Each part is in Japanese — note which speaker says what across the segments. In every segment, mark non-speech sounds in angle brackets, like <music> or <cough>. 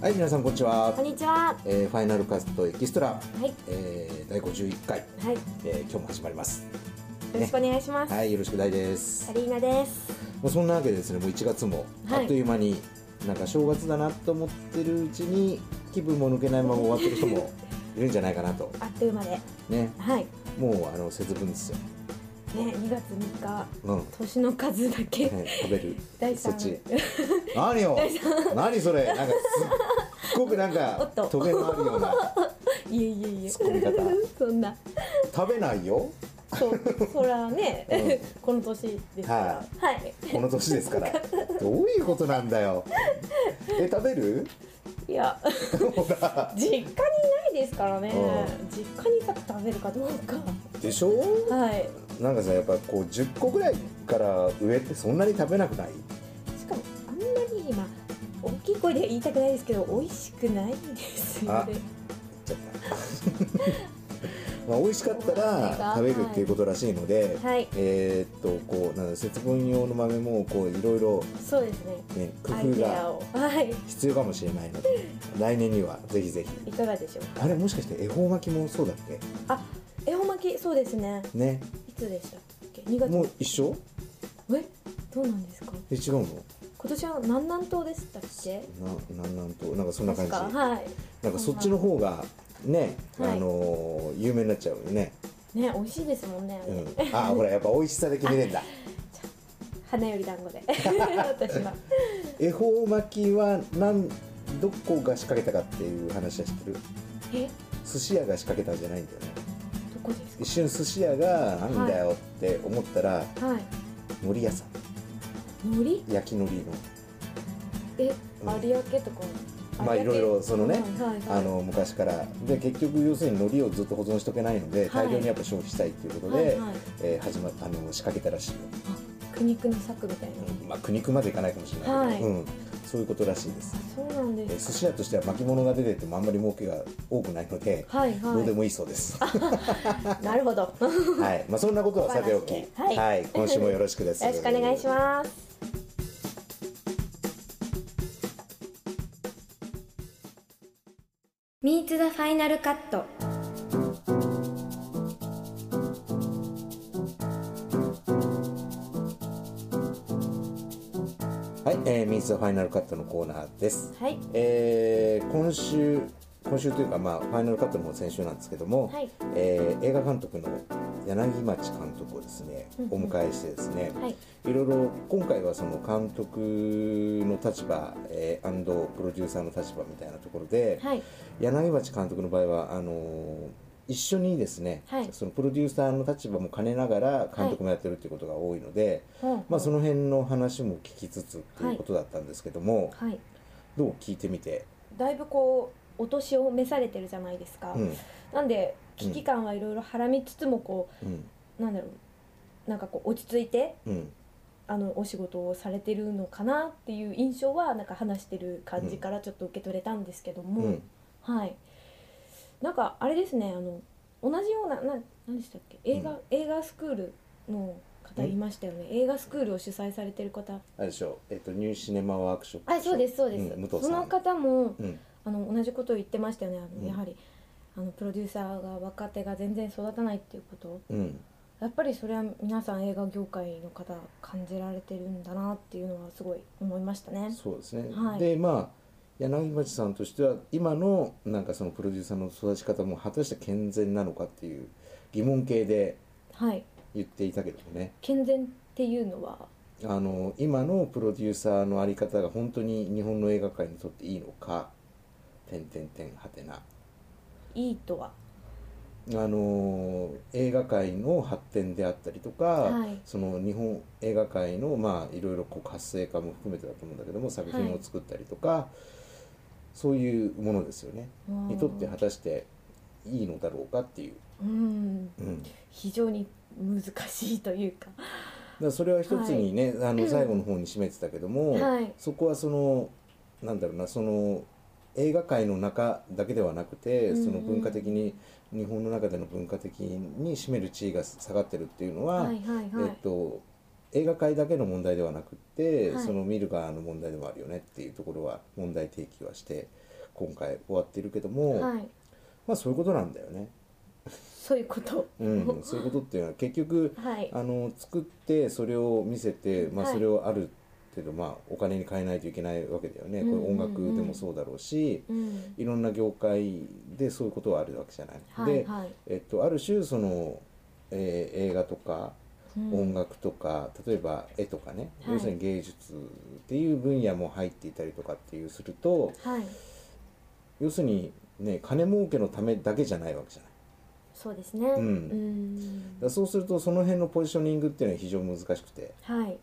Speaker 1: はい皆さんこんにちは
Speaker 2: こんにちは。は
Speaker 1: えーファイナルカットエキストラ、
Speaker 2: い。
Speaker 1: えー、第51回、
Speaker 2: はい。よ
Speaker 1: えー今日も始まります
Speaker 2: ろしくお願いします。
Speaker 1: はいよろしく大です
Speaker 2: サリーナです。
Speaker 1: もうそんなわけでですねもう1月も
Speaker 2: はい
Speaker 1: あっという間に、なんか正月だなと思ってるうちに気分も抜けないまま終わってる
Speaker 2: <laughs>
Speaker 1: 人もいるんじゃないかなと
Speaker 2: あっという間で。
Speaker 1: ね
Speaker 2: はい。
Speaker 1: もうあの節分ですよ、
Speaker 2: ね、2月3日、
Speaker 1: うん
Speaker 2: 年の数だけ。
Speaker 1: ね、食べる
Speaker 2: 第
Speaker 1: そ
Speaker 2: 三 <laughs>
Speaker 1: っち何よ何それなんかすっごくなん
Speaker 2: <laughs> お
Speaker 1: か
Speaker 2: っと
Speaker 1: トゲのあるようない
Speaker 2: えいえいえ。
Speaker 1: ツッコミ
Speaker 2: そ
Speaker 1: 方
Speaker 2: んな。
Speaker 1: 食べないよ
Speaker 2: そう、そらね、
Speaker 1: う
Speaker 2: この年ですから。はい。
Speaker 1: この年で
Speaker 2: <laughs>
Speaker 1: すからどういうことなんだよえ食べる
Speaker 2: い
Speaker 1: <laughs>
Speaker 2: や、
Speaker 1: ほら
Speaker 2: 実家にないですからね
Speaker 1: う。
Speaker 2: 実家にいたら食べるかどうか。
Speaker 1: でしょ
Speaker 2: はい。
Speaker 1: なんかさやっぱこう10個ぐらいから上ってそんなに食べなく
Speaker 2: <laughs>
Speaker 1: ない
Speaker 2: しかも、あんまり今、大きい声で言いたくないですけど、美味しくないですよね。
Speaker 1: ちょっとまあ美味しかったら食べるっていうことらしいので、
Speaker 2: はい。
Speaker 1: えーっとこうなんだ節分用の豆もこういろいろ
Speaker 2: そうですね。
Speaker 1: ね工
Speaker 2: アイ
Speaker 1: 夫
Speaker 2: デア
Speaker 1: が
Speaker 2: を。はい。
Speaker 1: 必要かもしれないので来年にはぜひぜひ
Speaker 2: いかがでしょう
Speaker 1: あれもしかして恵方巻きもそうだっけ
Speaker 2: あ恵方巻きそうですね
Speaker 1: ね
Speaker 2: いつでしたっけ2月
Speaker 1: もう一緒
Speaker 2: えどうなんですか
Speaker 1: え違うの
Speaker 2: 今年は南南東でしたっけ
Speaker 1: ななんなんとなんかそんな感じ
Speaker 2: 確かはい
Speaker 1: なんかそっちの方がね、
Speaker 2: はい
Speaker 1: あのー有名になっちゃうよね、
Speaker 2: ね美味しいですもんね、
Speaker 1: うん、あーほらやっぱ美味しさで決めてんだ
Speaker 2: 花より団子
Speaker 1: <laughs>
Speaker 2: で私は
Speaker 1: 恵方巻きはなんどこが仕掛けたかっていう話は知ってる
Speaker 2: え
Speaker 1: 寿司屋が仕掛けたんじゃないんだよね
Speaker 2: どこです
Speaker 1: 一瞬寿司屋がなんだよって思ったら、
Speaker 2: かはい
Speaker 1: 海苔屋さん
Speaker 2: 海苔
Speaker 1: 焼き海苔の
Speaker 2: え、
Speaker 1: うん
Speaker 2: 有明とか
Speaker 1: まあ
Speaker 2: 有明
Speaker 1: いろいろそのね
Speaker 2: はいはいはい
Speaker 1: あの昔からで結局要するに海苔をずっと保存しとけないので
Speaker 2: はい
Speaker 1: 大量にやっぱ消費したいっていうこと
Speaker 2: は
Speaker 1: で、
Speaker 2: いはい
Speaker 1: えー始まあの仕掛けたらしいよ、
Speaker 2: 苦肉の策みたいな、
Speaker 1: うんまあ苦肉までいかないかもしれないけど、
Speaker 2: は
Speaker 1: うん、そういうことらしいです
Speaker 2: そうなんで
Speaker 1: えー
Speaker 2: す
Speaker 1: 寿司屋としては巻物が出てってもあんまり儲けが多くないので、
Speaker 2: はい
Speaker 1: どうで
Speaker 2: は
Speaker 1: もいいそうです。はい
Speaker 2: なるほどよろし
Speaker 1: い、まあそんなことはさておき、
Speaker 2: 小話ではい
Speaker 1: 今週もよろしくです。
Speaker 2: くお願いします
Speaker 3: ミーツザファイナルカット。
Speaker 1: す。はい、えー、ミーツファイナルカットのコーナーです。
Speaker 2: はい
Speaker 1: えー今週今週というかまあファイナルカットのも先週なんですけども、
Speaker 2: はい
Speaker 1: えー映画監督の柳町監督をですね、
Speaker 2: うんうん
Speaker 1: お迎えしてですね、
Speaker 2: はい
Speaker 1: いろいろ今回はその監督の立場、えー、&プロデューサーの立場みたいなところで、
Speaker 2: はい
Speaker 1: 柳町監督の場合はあのー一緒にですね、
Speaker 2: はい
Speaker 1: そのプロデューサーの立場も兼ねながら監督もやってるっていうことが多いので、
Speaker 2: ほう
Speaker 1: まあ、その辺の話も聞きつつということだったんですけども、
Speaker 2: はい
Speaker 1: どう聞いてみて、
Speaker 2: だいぶこうお年を召されてるじゃないですか、
Speaker 1: うん
Speaker 2: なんで危機感はいろいろはらみつつもこ
Speaker 1: うん
Speaker 2: うなんだろうなんかこう落ち着いて
Speaker 1: うん、
Speaker 2: あのお仕事をされてるのかなっていう印象はなんか話してる感じからちょっと受け取れたんですけども、
Speaker 1: うん
Speaker 2: はいなんかあれですねあの同じようなな何でしたっけ映画、
Speaker 1: うん
Speaker 2: 映画スクールの方いましたよね映画スクールを主催されてる方
Speaker 1: あれでしょう、えっとニューシネマワークショップ
Speaker 2: あそうですそうです、
Speaker 1: ん武藤さ
Speaker 2: そ
Speaker 1: ん
Speaker 2: の方も
Speaker 1: うん
Speaker 2: あの同じことを言ってましたよねあの、
Speaker 1: うん
Speaker 2: やはりあのプロデューサーが若手が全然育たないっていうこと
Speaker 1: うん
Speaker 2: やっぱりそれは皆さん映画業界の方感じられてるんだなっていうのはすごい思いましたね
Speaker 1: そうですね、
Speaker 2: はい
Speaker 1: でまあ柳町さんとしては今のなんかそのプロデューサーの育ち方も果たして健全なのかっていう疑問形で
Speaker 2: はい
Speaker 1: 言っていたけどもね
Speaker 2: 健全っていうのは
Speaker 1: あの今のプロデューサーのあり方が本当に日本の映画界にとっていいのか点点点はてない
Speaker 2: いとは
Speaker 1: あの映画界の発展であったりとか、
Speaker 2: はい
Speaker 1: その日本映画界のまあいろいろこう活性化も含めてだと思うんだけども作品を作ったりとか、そういうものですよね、
Speaker 2: うん
Speaker 1: にとって果たしていいのだろうかっていう、
Speaker 2: うん
Speaker 1: うん、だ
Speaker 2: 非常に難しいというか
Speaker 1: からそれは一つにね、あの最後の方に締めてたけども、
Speaker 2: はい
Speaker 1: そこはそのなんだろうなその映画界の中だけではなくて、
Speaker 2: うんうん
Speaker 1: その文化的に日本の中での文化的に占める地位が下がってるっていうのは、
Speaker 2: はいはいはい、
Speaker 1: えっと、映画界だけの問題ではなくって、
Speaker 2: はい
Speaker 1: その見る側の問題でもあるよねっていうところは問題提起はして今回終わってるけども、
Speaker 2: はい
Speaker 1: まあそういうことなんだよね。
Speaker 2: そういうこと
Speaker 1: うん、そういうことっていうのは結局
Speaker 2: はい
Speaker 1: あの作ってそれを見せて、まあ、
Speaker 2: はい
Speaker 1: それをある程度、まあ、お金に変えないといけないわけだよね、
Speaker 2: うんうんうん
Speaker 1: これ音楽でもそうだろうし
Speaker 2: うん
Speaker 1: いろんな業界でそういうことはあるわけじゃない。
Speaker 2: はい
Speaker 1: で、
Speaker 2: はい
Speaker 1: えっと、ある種その、えー映画とか
Speaker 2: うん
Speaker 1: 音楽とか、例えば絵とかね、
Speaker 2: はい
Speaker 1: 要するに芸術っていう分野も入っていたりとかっていうすると
Speaker 2: はい
Speaker 1: 要するに、ね、金儲けのためだけじゃないわけじゃない。
Speaker 2: そうですね
Speaker 1: ん
Speaker 2: うん
Speaker 1: だからそうするとその辺のポジショニングっていうのは非常に難しくてだか
Speaker 2: はい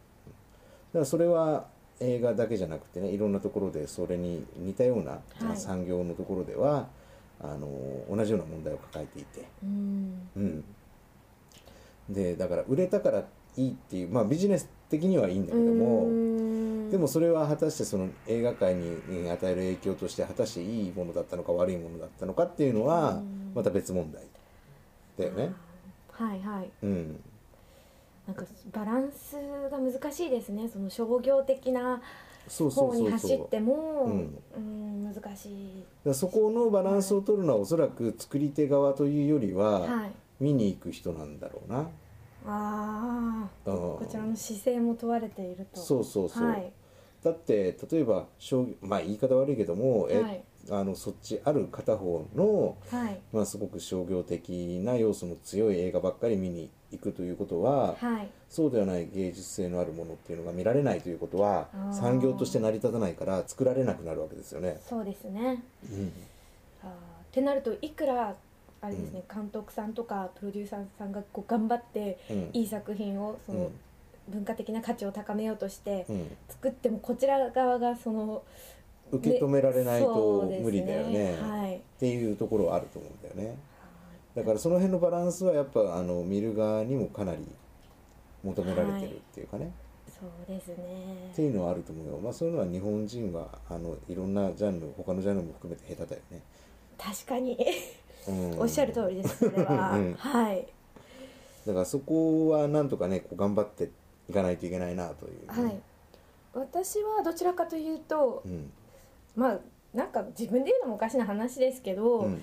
Speaker 1: らそれは映画だけじゃなくてねいろんなところでそれに似たような、
Speaker 2: はい
Speaker 1: 産業のところではあの同じような問題を抱えていて、
Speaker 2: うん
Speaker 1: うん、でだから売れたからいいっていう、まあ、ビジネス的にはいいんだけども、
Speaker 2: うん
Speaker 1: でもそれは果たしてその映画界にえー与える影響として果たしていいものだったのか悪いものだったのかっていうの
Speaker 2: う
Speaker 1: は
Speaker 2: ん
Speaker 1: また別問題だよね。
Speaker 2: はいはい
Speaker 1: うん、
Speaker 2: なんかバランスが難しいですねその商業的な
Speaker 1: そうそ
Speaker 2: 方
Speaker 1: うそうそう
Speaker 2: に走っても
Speaker 1: うん
Speaker 2: うん難しい
Speaker 1: だからそこのバランスを取るのはおそらく作り手側というよりは
Speaker 2: はい
Speaker 1: 見に行く人なんだろうな、
Speaker 2: ああ
Speaker 1: うん
Speaker 2: こちらの姿勢も問われていると
Speaker 1: そうそうそう、
Speaker 2: はい
Speaker 1: だって例えば将棋まあ言い方悪いけども、え
Speaker 2: はい
Speaker 1: あのそっちある片方の、
Speaker 2: はい
Speaker 1: まあ、すごく商業的な要素の強い映画ばっかり見に行くということは、
Speaker 2: はい
Speaker 1: そうではない芸術性のあるものっていうのが見られないということは
Speaker 2: あー
Speaker 1: 産業として成り立たないから作られなくなるわけですよね。
Speaker 2: そうですね
Speaker 1: うん
Speaker 2: あーってなるといくらあれですね、監督さんとかプロデューサーさんがこう頑張って
Speaker 1: うん
Speaker 2: いい作品をその文化的な価値を高めようとして
Speaker 1: うん
Speaker 2: 作ってもこちら側がその
Speaker 1: 受け止められない
Speaker 2: そう
Speaker 1: と
Speaker 2: です
Speaker 1: 無理だよね
Speaker 2: はい
Speaker 1: っていうところはあると思うんだよねだからその辺のバランスはやっぱあの見る側にもかなり求められてるっていうかね、
Speaker 2: そうです
Speaker 1: って
Speaker 2: ね
Speaker 1: いうのはあると思うよ、まあ、そういうのは日本人はあのいろんなジャンル他のジャンルも含めて下手だよね、
Speaker 2: 確かに
Speaker 1: うん
Speaker 2: おっしゃる通りですそれは、
Speaker 1: うん
Speaker 2: はい
Speaker 1: だからそこはなんとかねこう頑張っていかないといけないなという、ね
Speaker 2: はい私はどちらかというと
Speaker 1: うん
Speaker 2: まあなんか自分で言うのもおかしな話ですけど、
Speaker 1: うん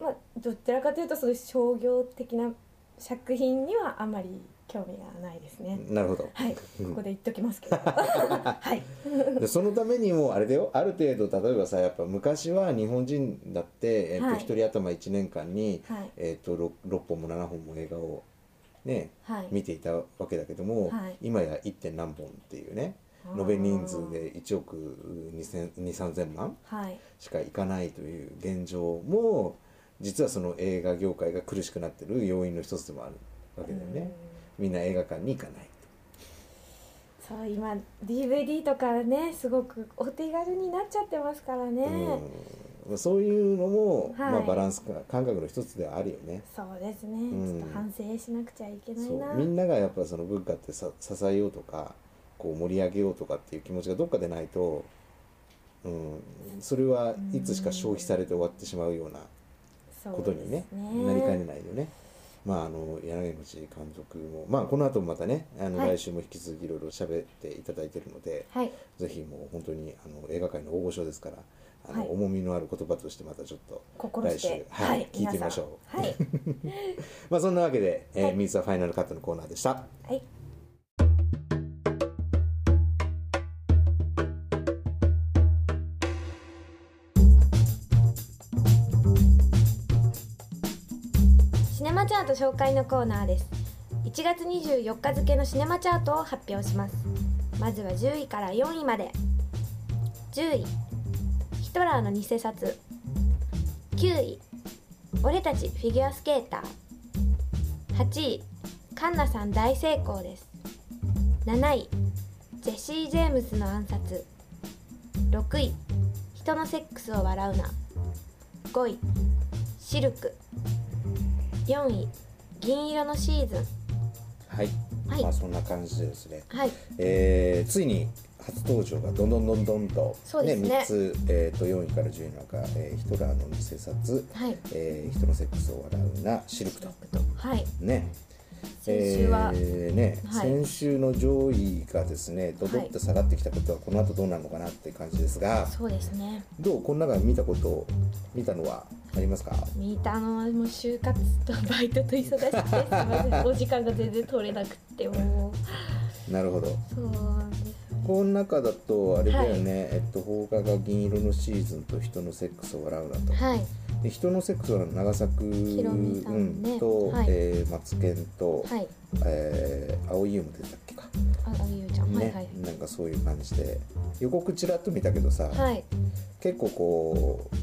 Speaker 2: まあ、どちらかというとそういう商業的な作品にはあまり興味がないですね、
Speaker 1: なるほど、
Speaker 2: はいここで言っときます
Speaker 1: <laughs>
Speaker 2: けどはい
Speaker 1: でそのためにもあれだよある程度例えばさやっぱ昔は日本人だって、えっと
Speaker 2: はい
Speaker 1: 一人頭1年間に、
Speaker 2: はい
Speaker 1: えっと 6, 6本も7本も映画をね
Speaker 2: はい
Speaker 1: 見ていたわけだけども、
Speaker 2: はい
Speaker 1: 今や 1. 点何本っていうね延べ人数で1億23000万
Speaker 2: はい
Speaker 1: しかいかないという現状も実はその映画業界が苦しくなってる要因の一つでもあるわけだよ
Speaker 2: うん
Speaker 1: ね。みんな映画館に行かない
Speaker 2: そう今 DVD とかねすごくお手軽になっちゃってますからね、
Speaker 1: うん、そういうのも、
Speaker 2: はい
Speaker 1: まあ、バランスか感覚の一つではあるよね。
Speaker 2: そうですね、
Speaker 1: ん
Speaker 2: ちょっと反省しなくちゃいけない
Speaker 1: そ
Speaker 2: な
Speaker 1: うみんながやっぱその文化ってさ支えようとかこう盛り上げようとかっていう気持ちがどっかでないと、うん、それはいつしか消費されて終わってしまうような
Speaker 2: そう
Speaker 1: ことに、ね
Speaker 2: です
Speaker 1: なりかねないよね。まあ、あの柳口監督も、まあ、この後もまたねあの
Speaker 2: はい
Speaker 1: 来週も引き続きいろいろ喋っていただいてるので、
Speaker 2: はい
Speaker 1: ぜひもう本当にあの映画界の大御所ですからあの、
Speaker 2: はい
Speaker 1: 重みのある言葉としてまたちょっと
Speaker 2: 心して
Speaker 1: 来週、はい聞いてみましょ
Speaker 2: うはい、
Speaker 1: まあそんなわけで、えー
Speaker 2: はい
Speaker 1: ミーツはファイナルカットのコーナーでした。
Speaker 2: はい
Speaker 3: シネマチャート紹介のコーナーです1月24日付のシネマチャートを発表しますまずは10位から4位まで10位ヒトラーの偽札9位俺たちフィギュアスケーター8位カンナさん大成功です7位ジェシー・ジェームスの暗殺6位人のセックスを笑うな5位シルク4位銀色のシーズン
Speaker 1: はい、
Speaker 3: はい
Speaker 1: まあそんな感じでですね、
Speaker 3: はい
Speaker 1: えーついに初登場がどんどんどんどんと、
Speaker 3: そうですね
Speaker 1: 3つ、えー、と4位から10位の中、えーヒトラーの偽札、
Speaker 3: はい
Speaker 1: えー人のセックスを笑うな」「シルクと
Speaker 3: はい」
Speaker 1: ね
Speaker 2: 先週は、
Speaker 1: えーね
Speaker 2: はい
Speaker 1: 先週の上位がですねドドって下がってきたことはこの後どうなるのかなって感じですが、
Speaker 2: そうですね
Speaker 1: どうこの中で見たこと見たのはありますか
Speaker 2: 見たのはもう就活とバイトと忙しくてすいませんお時間が全然取れなくっても
Speaker 1: なるほど
Speaker 2: うそうなんです
Speaker 1: この中だとあれだよね、えっと放課が銀色のシーズンと人のセックスを笑うなと
Speaker 2: はい
Speaker 1: で人のセックスは長作
Speaker 2: ひろみさんね
Speaker 1: うんと、
Speaker 2: はい
Speaker 1: えーマツケンと、
Speaker 2: はい
Speaker 1: えー、青い湯も出てたっけか、
Speaker 2: ああゆうちゃん、
Speaker 1: ね
Speaker 2: はい
Speaker 1: なんかそういう感じで予告ちらっと見たけどさ、
Speaker 2: はいはい
Speaker 1: 結構こう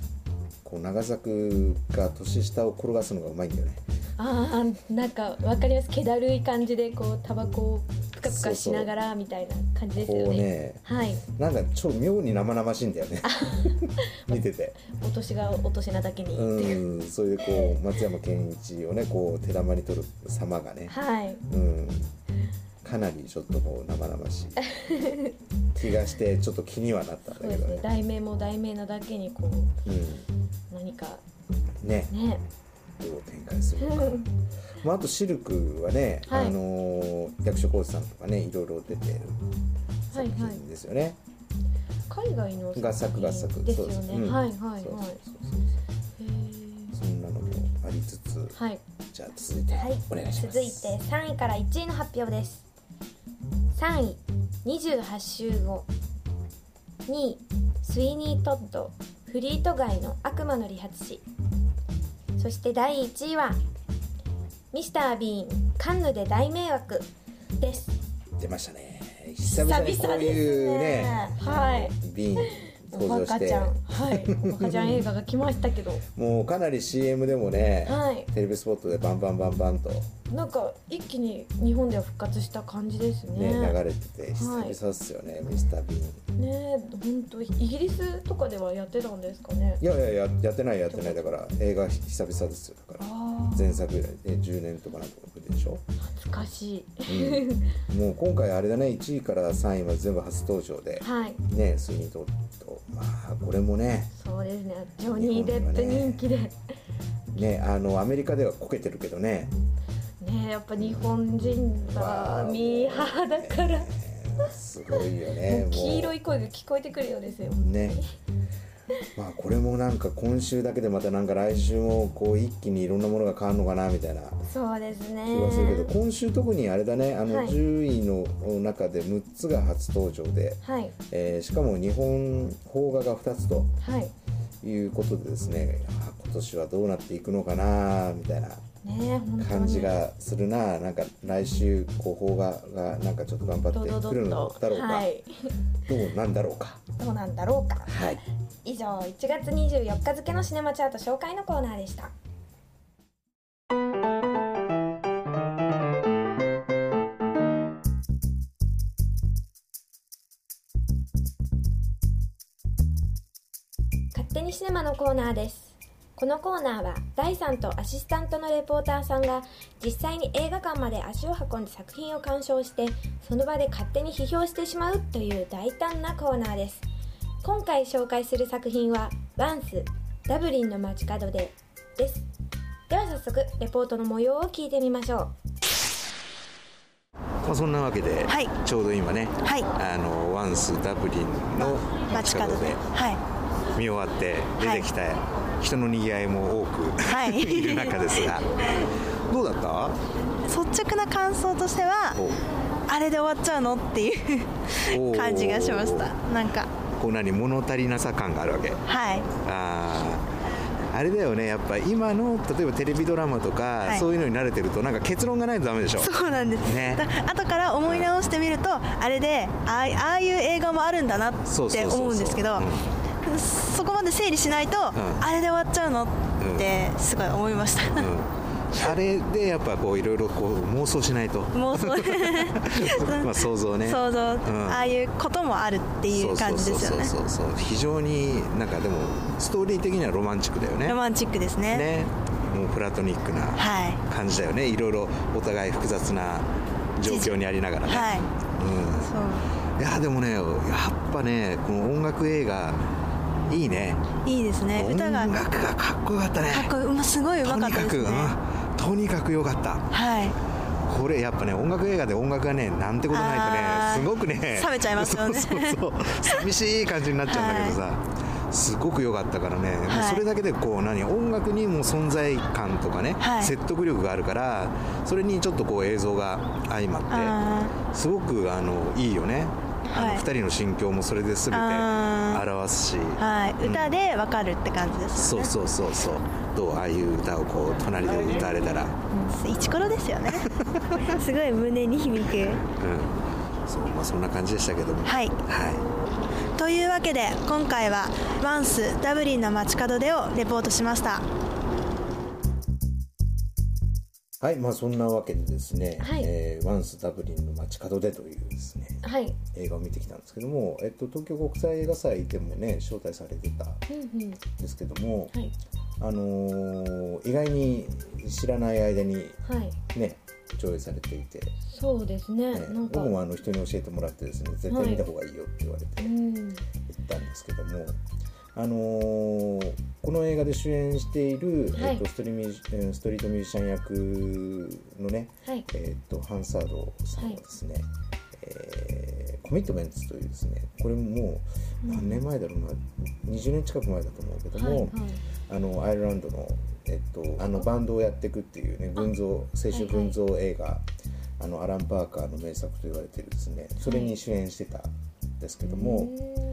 Speaker 1: こう長作が年下を転がすのがうまいんだよね
Speaker 2: ああなんかわかります気だるい感じでこうタバコをプカプカしながらみたいな感じですよね
Speaker 1: こうね
Speaker 2: はい
Speaker 1: なんか超妙に生々しいんだよ
Speaker 2: <laughs>
Speaker 1: ね見てて
Speaker 2: お年がお年なだけにっていう、
Speaker 1: うんそれでこう松山ケンイチをねこう手玉に取る様がね、
Speaker 2: はい
Speaker 1: うんかなりちょっともう生々しい気がしてちょっと気にはなったん
Speaker 2: そ
Speaker 1: だ
Speaker 2: うで
Speaker 1: け
Speaker 2: す
Speaker 1: ど
Speaker 2: ね
Speaker 1: ね
Speaker 2: 題名も題名なだけにこう何か
Speaker 1: ね
Speaker 2: ね
Speaker 1: <laughs> うん、ねどう展開するのか、
Speaker 2: <laughs>
Speaker 1: まあ、あとシルクはね、
Speaker 2: はい
Speaker 1: あのー役所広司さんとかねいろいろ出てる作品ですよね、
Speaker 2: 海外の
Speaker 1: 合作合作
Speaker 2: ですよ
Speaker 1: そうです
Speaker 2: ね、
Speaker 1: うん
Speaker 2: はいはい
Speaker 1: そうそう
Speaker 2: はいへ
Speaker 1: そうそう
Speaker 2: ー
Speaker 1: そんなのもありつつ、
Speaker 2: はい
Speaker 1: じゃあ続いて
Speaker 2: はい
Speaker 1: お願いしま
Speaker 2: 続
Speaker 1: す、
Speaker 2: いて3位から1位の発表です3位28週後2位スイニー・トッドフリート街の悪魔の理髪師そして第1位はミスター・ビーンカンヌで大迷惑です
Speaker 1: 出ましたね久々にこういうね
Speaker 2: はい
Speaker 1: 瓶登場し
Speaker 2: 若ち
Speaker 1: て
Speaker 2: ゃんはい若ちゃん映画が来ましたけ
Speaker 1: <laughs>
Speaker 2: ど
Speaker 1: もうかなり CM でもね、
Speaker 2: はい
Speaker 1: テレビスポットでバンバンバンバンと、
Speaker 2: なんか一気に日本では復活した感じです
Speaker 1: ね
Speaker 2: ね
Speaker 1: 流れてて久々っすよね、ミスター・ビーン
Speaker 2: ね本当イギリスとかではやってたんですかね
Speaker 1: いやいやややってないやってないだから映画久々ですよだから
Speaker 2: ああ
Speaker 1: 前作以来え10年とかなんとかぶりでしょ、
Speaker 2: 懐かしい <laughs>
Speaker 1: うんもう今回あれだね1位から3位は全部初登場で
Speaker 2: はい
Speaker 1: ねスイニートとまあこれもね
Speaker 2: そうですねジョニー・デップ人気でね
Speaker 1: ねあのアメリカではこけてるけどね
Speaker 2: やっぱ日本人はミーハーだからも
Speaker 1: すごいよね
Speaker 2: <laughs> う黄色
Speaker 1: い
Speaker 2: い声が聞こえてくるようですよ
Speaker 1: ねまあこれもなんか今週だけでまたなんか来週もこう一気にいろんなものが変わるのかなみたいな
Speaker 2: そうですね
Speaker 1: 気はするけど、今週特にあれだねあ
Speaker 2: は
Speaker 1: の
Speaker 2: い
Speaker 1: 10位の中で6つが初登場で、
Speaker 2: はい
Speaker 1: えーしかも日本邦画が2つと
Speaker 2: はい
Speaker 1: いうことでですねあ今年はどうなっていくのかなみたいな
Speaker 2: ね本当に
Speaker 1: 感じがするななんか来週こう邦画がなんかちょっと頑張
Speaker 2: ドド
Speaker 1: って
Speaker 2: ド
Speaker 1: くる
Speaker 2: ッ
Speaker 1: の
Speaker 2: と
Speaker 1: だろうか、
Speaker 2: はい
Speaker 1: どうなんだろうか
Speaker 2: どうなんだろうか
Speaker 1: はい
Speaker 2: 以上1月24日付のシネマチャート紹介のコーナーでした勝手にシネマのコーナーですこのコーナーは第3とアシスタントのレポーターさんが実際に映画館まで足を運んで作品を鑑賞してその場で勝手に批評してしまうという大胆なコーナーです今回紹介する作品は「ワンスダブリンの街角で」ですでは早速レポートの模様を聞いてみましょう
Speaker 1: まあ、そんなわけで、
Speaker 4: はい
Speaker 1: ちょうど今ね、
Speaker 4: はい
Speaker 1: あのワンスダブリンの
Speaker 4: 街
Speaker 1: 近
Speaker 4: 角
Speaker 1: く
Speaker 4: で
Speaker 1: で
Speaker 4: は
Speaker 1: 見終わって出てきた人の賑わいも多く、
Speaker 4: はい
Speaker 1: <laughs> いる中ですがどうだった
Speaker 4: い率直な感想としてはあれで終わっちゃうのっていう
Speaker 1: おー
Speaker 4: 感じがしましたなんか
Speaker 1: こう何物足りなさ感があるわけ
Speaker 4: はい
Speaker 1: あーあれだよねやっぱ今の例えばテレビドラマとか、
Speaker 4: はい
Speaker 1: そういうのに慣れてるとなんか結論がないとダメでしょ
Speaker 4: そうなんです、
Speaker 1: ね
Speaker 4: だ後から思い直してみるとあれでああああいう映画もあるんだな
Speaker 1: そうそ
Speaker 4: っ
Speaker 1: う
Speaker 4: て
Speaker 1: そうそう
Speaker 4: 思うんですけどそこまで整理しないと、
Speaker 1: ん
Speaker 4: あれで終わっちゃうのってすごい思いました、
Speaker 1: うんあれでやっぱこういろいろこう妄想しないと
Speaker 4: もうそう
Speaker 1: まあ想像ね
Speaker 4: 想像、
Speaker 1: うん
Speaker 4: ああいうこともあるっていう感じですよね
Speaker 1: そうそうそうそうそう非常になんかでもストーリー的にはロマンチックだよね
Speaker 4: ロマンチックですね
Speaker 1: ねもうプラトニックな
Speaker 4: はい
Speaker 1: 感じだよね、い、ろいろお互い複雑な状況にありながらね、
Speaker 4: はい
Speaker 1: うん
Speaker 4: そ
Speaker 1: いやでもねやっぱねこの音楽映画いいね
Speaker 4: ういいですね
Speaker 1: 音
Speaker 4: 歌が
Speaker 1: 楽がかっこよかったね
Speaker 4: かっこいい、まあ、すごいうまかったです
Speaker 1: と
Speaker 4: ね
Speaker 1: にかく、うんとにかくよかった
Speaker 4: はい
Speaker 1: これやっぱね音楽映画で音楽がねなんてことな
Speaker 4: あ
Speaker 1: いとね
Speaker 4: ー
Speaker 1: すごくね
Speaker 4: 冷めちゃいますよ
Speaker 1: <laughs>
Speaker 4: ね
Speaker 1: そうそうそう寂しい感じになっちゃうんだけどさ、すごく良かったからね、
Speaker 4: はい
Speaker 1: それだけでこう何音楽にも存在感とかね、
Speaker 4: はい
Speaker 1: 説得力があるからそれにちょっとこう映像が相
Speaker 4: <laughs>
Speaker 1: ま
Speaker 4: あ
Speaker 1: ってすごくあのいいよね、あ
Speaker 4: は
Speaker 1: の
Speaker 4: い
Speaker 1: 2人の心境もそれで全て
Speaker 4: あー
Speaker 1: 表すし、
Speaker 4: ーはい、
Speaker 1: うん
Speaker 4: 歌でわかるって感じです
Speaker 1: そ
Speaker 4: よ
Speaker 1: う
Speaker 4: ね
Speaker 1: そうそうそうどうああいう歌をこう隣で歌われたら、
Speaker 4: イチコロですよね <laughs>
Speaker 3: すごい胸に響く
Speaker 1: うん、そうまあそんな感じでしたけども
Speaker 4: はい
Speaker 1: は
Speaker 4: というわけで今回は「ワンスダブリンの街角で」をレポートしました
Speaker 1: い、はい、まあそんなわけでですね「
Speaker 3: はい
Speaker 1: えーワンスダブリンの街角で」というですね
Speaker 3: はい
Speaker 1: 映画を見てきたんですけども、えっと、東京国際映画祭でもね招待されてたん
Speaker 3: うんうん
Speaker 1: ですけども、
Speaker 3: はい
Speaker 1: あのー意外に知らない間に
Speaker 3: はい
Speaker 1: ね上映されていて、ね
Speaker 3: そうですねなんか
Speaker 1: 僕もあの人に教えてもらってですね絶対見た方がいいよって言われて
Speaker 3: うん
Speaker 1: 行ったんですけども、あのーこの映画で主演している、
Speaker 3: はい
Speaker 1: えっとストリミえーストリートミュージシャン役のね、
Speaker 3: はい
Speaker 1: えっとハン・サードさんはですね、えーコミットメンツというですねこれももう何年前だろうな、20年近く前だと思うけど
Speaker 3: はい
Speaker 1: も、
Speaker 3: はい
Speaker 1: あのアイルランドの,、えっと、あのバンドをやっていくっていうね群像青春群像映画、あのアラン・パーカーの名作と言われてるですねそれに主演してたんですけども。
Speaker 3: う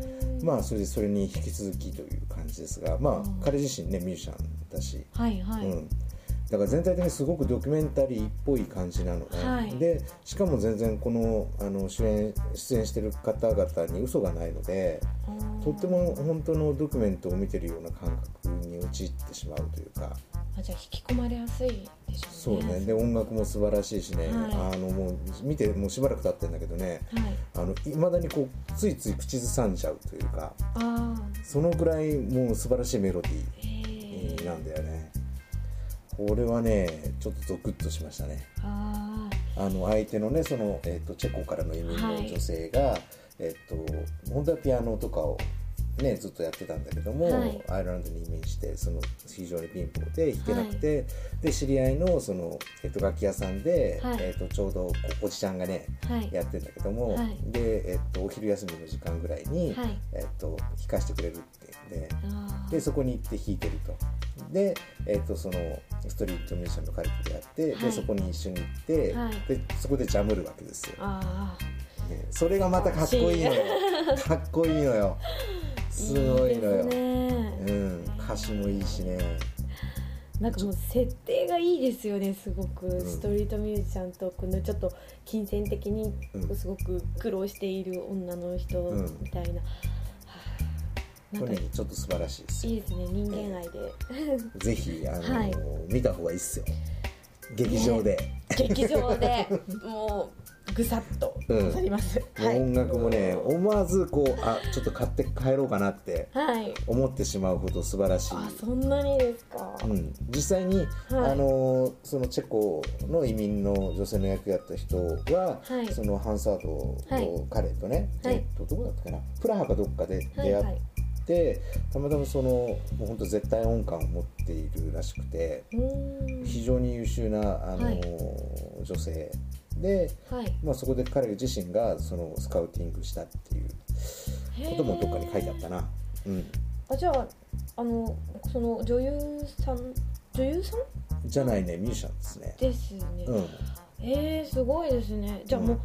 Speaker 3: ん
Speaker 1: まあそれでそれに引き続きという感じですがま
Speaker 3: うん
Speaker 1: あ彼自身ねミュージシャンだし、
Speaker 3: はいはい、
Speaker 1: うん、だから全体的にすごくドキュメンタリーっぽい感じなのね、
Speaker 3: はい
Speaker 1: でしかも全然このあの主演出演してる方々に嘘がないので
Speaker 3: あー
Speaker 1: とっても本当のドキュメントを見てるような感覚に陥ってしまうというか
Speaker 3: あじゃあ引き込まれやすいでし
Speaker 1: そ
Speaker 3: ょう
Speaker 1: う
Speaker 3: ね
Speaker 1: ねで音楽も素晴らしいしね、
Speaker 3: は
Speaker 1: あのもう見てもうしばらく経ってんだけどね
Speaker 3: はい
Speaker 1: いまだにこうついつい口ずさんじゃうというか。
Speaker 3: あ
Speaker 1: そのぐらいもう素晴らしいメロデ
Speaker 3: ーへ
Speaker 1: ィー
Speaker 3: ー
Speaker 1: なんだよねこれはねちょっとゾクッとしましたね
Speaker 3: あ
Speaker 1: あの相手のねその、えっとチェコからの移民の
Speaker 3: はい
Speaker 1: 女性が、えっと本当はピアノとかをねずっとやってたんだけども、
Speaker 3: はい
Speaker 1: アイルランドに移民してその非常に貧乏で弾けなくて、で知り合いのその、えっと楽器屋さんで、
Speaker 3: はい
Speaker 1: えっとちょうどこうおじちゃんがね
Speaker 3: ーはい
Speaker 1: やってんだけども、
Speaker 3: はい
Speaker 1: で、えっとお昼休みの時間ぐらいに、
Speaker 3: はい
Speaker 1: えっと弾かしてくれるって言って。
Speaker 3: あー
Speaker 1: でそこに行って弾いてるとで、えっとそのストリートミュージシャンの彼と出会って、
Speaker 3: は
Speaker 1: で
Speaker 3: い
Speaker 1: そこに一緒に行って、
Speaker 3: はい
Speaker 1: でそこでジャムるわけですよ、
Speaker 3: あ
Speaker 1: ねそれがまたかっこいいのよかっこいいのよ
Speaker 3: ー
Speaker 1: すごいの
Speaker 3: で
Speaker 1: よ
Speaker 3: すね
Speaker 1: うん、歌詞もいいしね
Speaker 2: なんかもう設定がいいですよねすごく、
Speaker 1: ん
Speaker 2: ストリートミュージシャンとこのちょっと金銭的に
Speaker 1: うん
Speaker 2: すごく苦労している女の人
Speaker 1: うん
Speaker 2: みたいな、はあ
Speaker 1: こ
Speaker 2: なん
Speaker 1: れ
Speaker 2: か
Speaker 1: ねちょっと素晴らしいですよ
Speaker 2: いいですね人間愛で
Speaker 1: ぜひあの、
Speaker 3: はい
Speaker 1: 見た方がいいっすよ劇場で、
Speaker 2: 劇場でもうぐさっと
Speaker 1: うん
Speaker 2: 刺さります、
Speaker 1: もう音楽もね思わずこうあちょっと買って帰ろうかなって
Speaker 2: はい
Speaker 1: 思ってしまうほど素晴らしい
Speaker 2: あそんなにですか、
Speaker 1: うん、実際に、
Speaker 2: はい
Speaker 1: あのーそのチェコの移民の女性の役やった人は、
Speaker 2: はい
Speaker 1: そのハンサード
Speaker 3: はい
Speaker 1: の彼とね、
Speaker 3: はい
Speaker 1: えっとどこだったかなプラハかどっかで
Speaker 3: はい
Speaker 1: 出
Speaker 3: は
Speaker 1: 会
Speaker 3: い
Speaker 1: って、たまたまそのもう本当絶対音感を持っているらしくて
Speaker 3: うーん
Speaker 1: 非常に優秀な、あのー
Speaker 3: はい
Speaker 1: 女性で、
Speaker 3: はい
Speaker 1: まあ、そこで彼自身がそのスカウティングしたっていうこともどっかに書いてあったな。うん、
Speaker 2: あじゃああのその女優さん女優さん
Speaker 1: じゃないねミュージシャンですね。
Speaker 2: ですね、
Speaker 1: うん
Speaker 2: えー、すごいですねじゃあもう、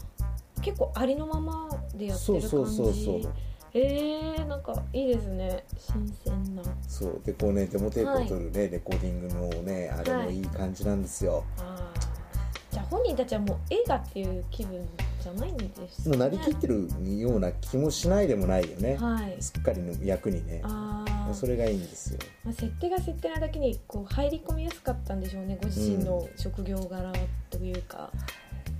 Speaker 2: 結構ありのままでやって
Speaker 1: そ
Speaker 2: る
Speaker 1: う
Speaker 2: 感じ
Speaker 1: そうそうそう
Speaker 2: えー、なんかいいですね新鮮な
Speaker 1: そうでこうねデモテープを取るね、レコーディングのねあれもいい感じなんですよ、
Speaker 2: あーじゃあ本人たちはもう映画っていう気分じゃないんです
Speaker 1: もうなりきってるような気もしないでもないよね、
Speaker 2: はい
Speaker 1: すっかりの役にね
Speaker 2: ああ
Speaker 1: それがいいんですよ
Speaker 2: まあ、設定が設定なだけにこう入り込みやすかったんでしょうねご自身の職業柄というか、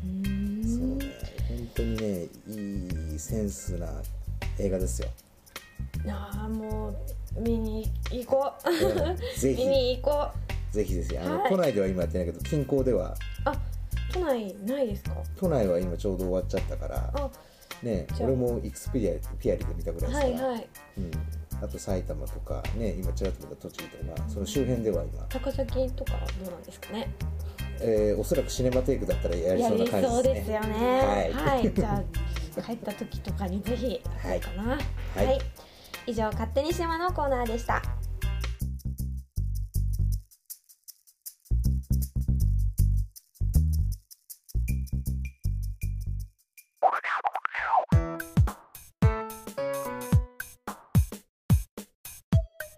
Speaker 2: うーん
Speaker 1: そうね本当にねいいセンスな映
Speaker 2: <laughs>
Speaker 1: 画ですよ、
Speaker 2: ああもう見に行こう
Speaker 1: うんぜ
Speaker 2: 見
Speaker 1: ひ
Speaker 2: に行こ
Speaker 1: ぜひですよあの、
Speaker 2: はい
Speaker 1: 都内では今やってないけど近郊では
Speaker 2: うあ都内ないですか
Speaker 1: 都内は今ちょうど終わっちゃったから
Speaker 2: あ
Speaker 1: ね
Speaker 2: じゃあ
Speaker 1: 俺もエクスペリアピアリで見たぐらいです
Speaker 2: は
Speaker 1: か
Speaker 2: い
Speaker 1: ら、
Speaker 2: はい
Speaker 1: うん、あと埼玉とかね今ちらっと見た栃木とかその周辺では今
Speaker 2: 高崎とかどうなんですかね
Speaker 1: えーおそらくシネマテイクだったらやり
Speaker 2: や
Speaker 1: そうな
Speaker 2: り
Speaker 1: 感
Speaker 2: そう
Speaker 1: じ
Speaker 2: で
Speaker 1: です
Speaker 2: す
Speaker 1: ね
Speaker 2: よね
Speaker 1: はい
Speaker 2: はい、じゃあ帰った時とかにぜひ
Speaker 1: はい
Speaker 2: かな
Speaker 1: はい、
Speaker 3: はい、以上勝手に島のコーナーでした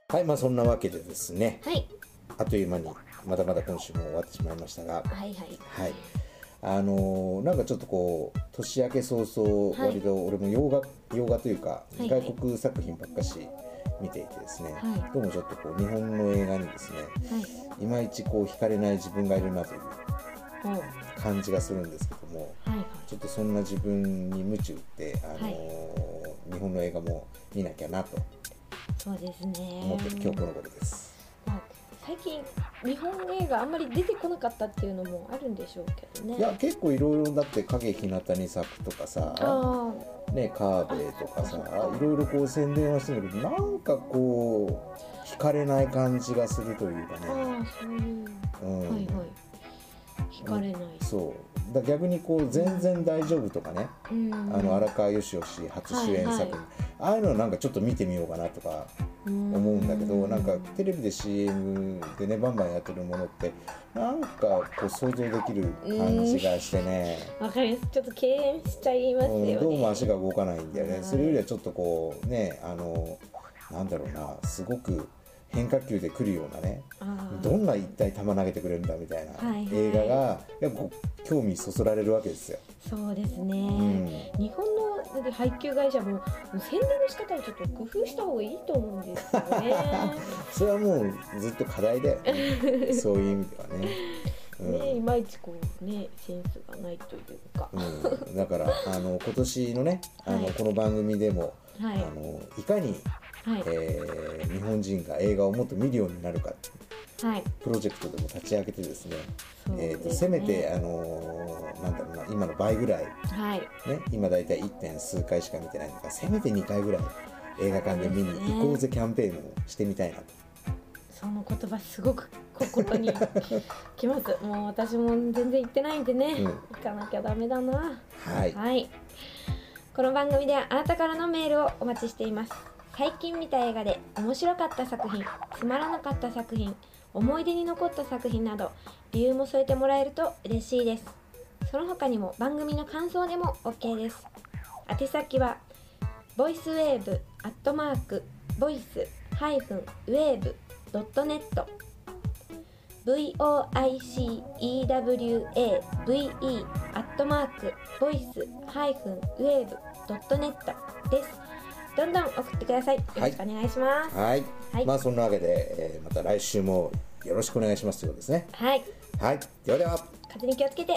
Speaker 1: はい、まあそんなわけでですね
Speaker 3: はい
Speaker 1: あっという間にまだまだ今週も終わってしまいましたが
Speaker 3: はいはい
Speaker 1: はいあのーなんかちょっとこう年明け早々
Speaker 3: はい
Speaker 1: 割と俺も洋画,、洋画というか
Speaker 3: いはい
Speaker 1: 外国作品ばっかし見ていてですね、
Speaker 2: は
Speaker 1: どうもちょっとこう日本の映画にですねいまいちこう惹かれない自分がいるなという
Speaker 2: おはい
Speaker 1: 感じがするんですけども
Speaker 2: はい
Speaker 1: ちょっとそんな自分に鞭打って、あのー
Speaker 2: はい
Speaker 1: 日本の映画も見なきゃなと
Speaker 2: そうです
Speaker 1: 思
Speaker 2: ね
Speaker 1: ってる今日この頃です。
Speaker 2: まあ最近日本映画あんまり出てこなかったっていうのもあるんでしょうけどね
Speaker 1: いや結構いろいろだって影ひなたに咲くとかさ
Speaker 2: あ
Speaker 1: ね、カーベイとかさ
Speaker 2: あ
Speaker 1: いろいろこう宣伝はしてるけどなんかこう惹かれない感じがするというか
Speaker 2: あ
Speaker 1: ね、
Speaker 2: ああそういう
Speaker 1: うん
Speaker 2: はいはい惹かれない
Speaker 1: そうだ逆にこう「全然大丈夫」とかね、
Speaker 2: うん
Speaker 1: あの荒川よしよし初主演作、
Speaker 2: はいはい
Speaker 1: ああいうのなんかちょっと見てみようかなとか思うんだけどなんかテレビで CM でねバンバンやってるものってなんかこう想像できる感じがしてね。
Speaker 2: わかりますちょっと敬遠しちゃいますよ
Speaker 1: う
Speaker 2: ね
Speaker 1: ん、どうも足が動かないんだよね、
Speaker 2: はい
Speaker 1: それよりはちょっとこうねあのなんだろうなすごく変化球で来るようなね
Speaker 2: ああ
Speaker 1: どんな一体球投げてくれるんだみたいな
Speaker 2: はいはい
Speaker 1: 映画がやっぱこう興味そそられるわけですよ。
Speaker 2: そうですね、
Speaker 1: うん
Speaker 2: 日本のだって配給会社ももう宣伝の仕方をちょっと工夫した方がいいと思うんですよね
Speaker 1: それはもうずっと課題だ
Speaker 2: <laughs>
Speaker 1: よねそういう意味ではね。 <laughs> うん
Speaker 2: ねいまいちこうねセンスがないというか、
Speaker 1: うん、だからあの今年のねあの、
Speaker 2: はい
Speaker 1: この番組でも、
Speaker 2: はい
Speaker 1: あのいかに、
Speaker 2: はい
Speaker 1: えー日本人が映画をもっと見るようになるかって
Speaker 2: はい
Speaker 1: プロジェクトでも立ち上げてですね
Speaker 2: そう
Speaker 1: え
Speaker 2: で
Speaker 1: ー、と
Speaker 2: す
Speaker 1: せ
Speaker 2: ね
Speaker 1: めて、あのーなんだろうな今の倍ぐらい、ね、
Speaker 2: はい
Speaker 1: 今大体 1. 点数回しか見てないのからせめて2回ぐらい映画館で見に行こうぜキャンペーンをしてみたいなと、
Speaker 2: その言葉すごく心
Speaker 1: <laughs>
Speaker 2: にきますもう私も全然行ってないんでね、
Speaker 1: うん
Speaker 2: 行かなきゃダメだな
Speaker 1: はい
Speaker 3: はい。この番組ではあなたからのメールをお待ちしています。最近見た映画で面白かった作品、つまらなかった作品、思い出に残った作品など、理由も添えてもらえると嬉しいです。その他にも番組の感想でも OK です。宛先は、ボイスウェーブアットマーク、ボイスハイフンウェーブドットネット voicewave アットマークボイスハイフンウェーブドットネットです。どんどん送ってください。よろしくお願いします。
Speaker 1: はい、
Speaker 3: はい
Speaker 1: まあそんなわけで、えーまた来週もよろしくお願いしますということですね
Speaker 3: はい、
Speaker 1: はいではでは
Speaker 3: 風に気をつけて。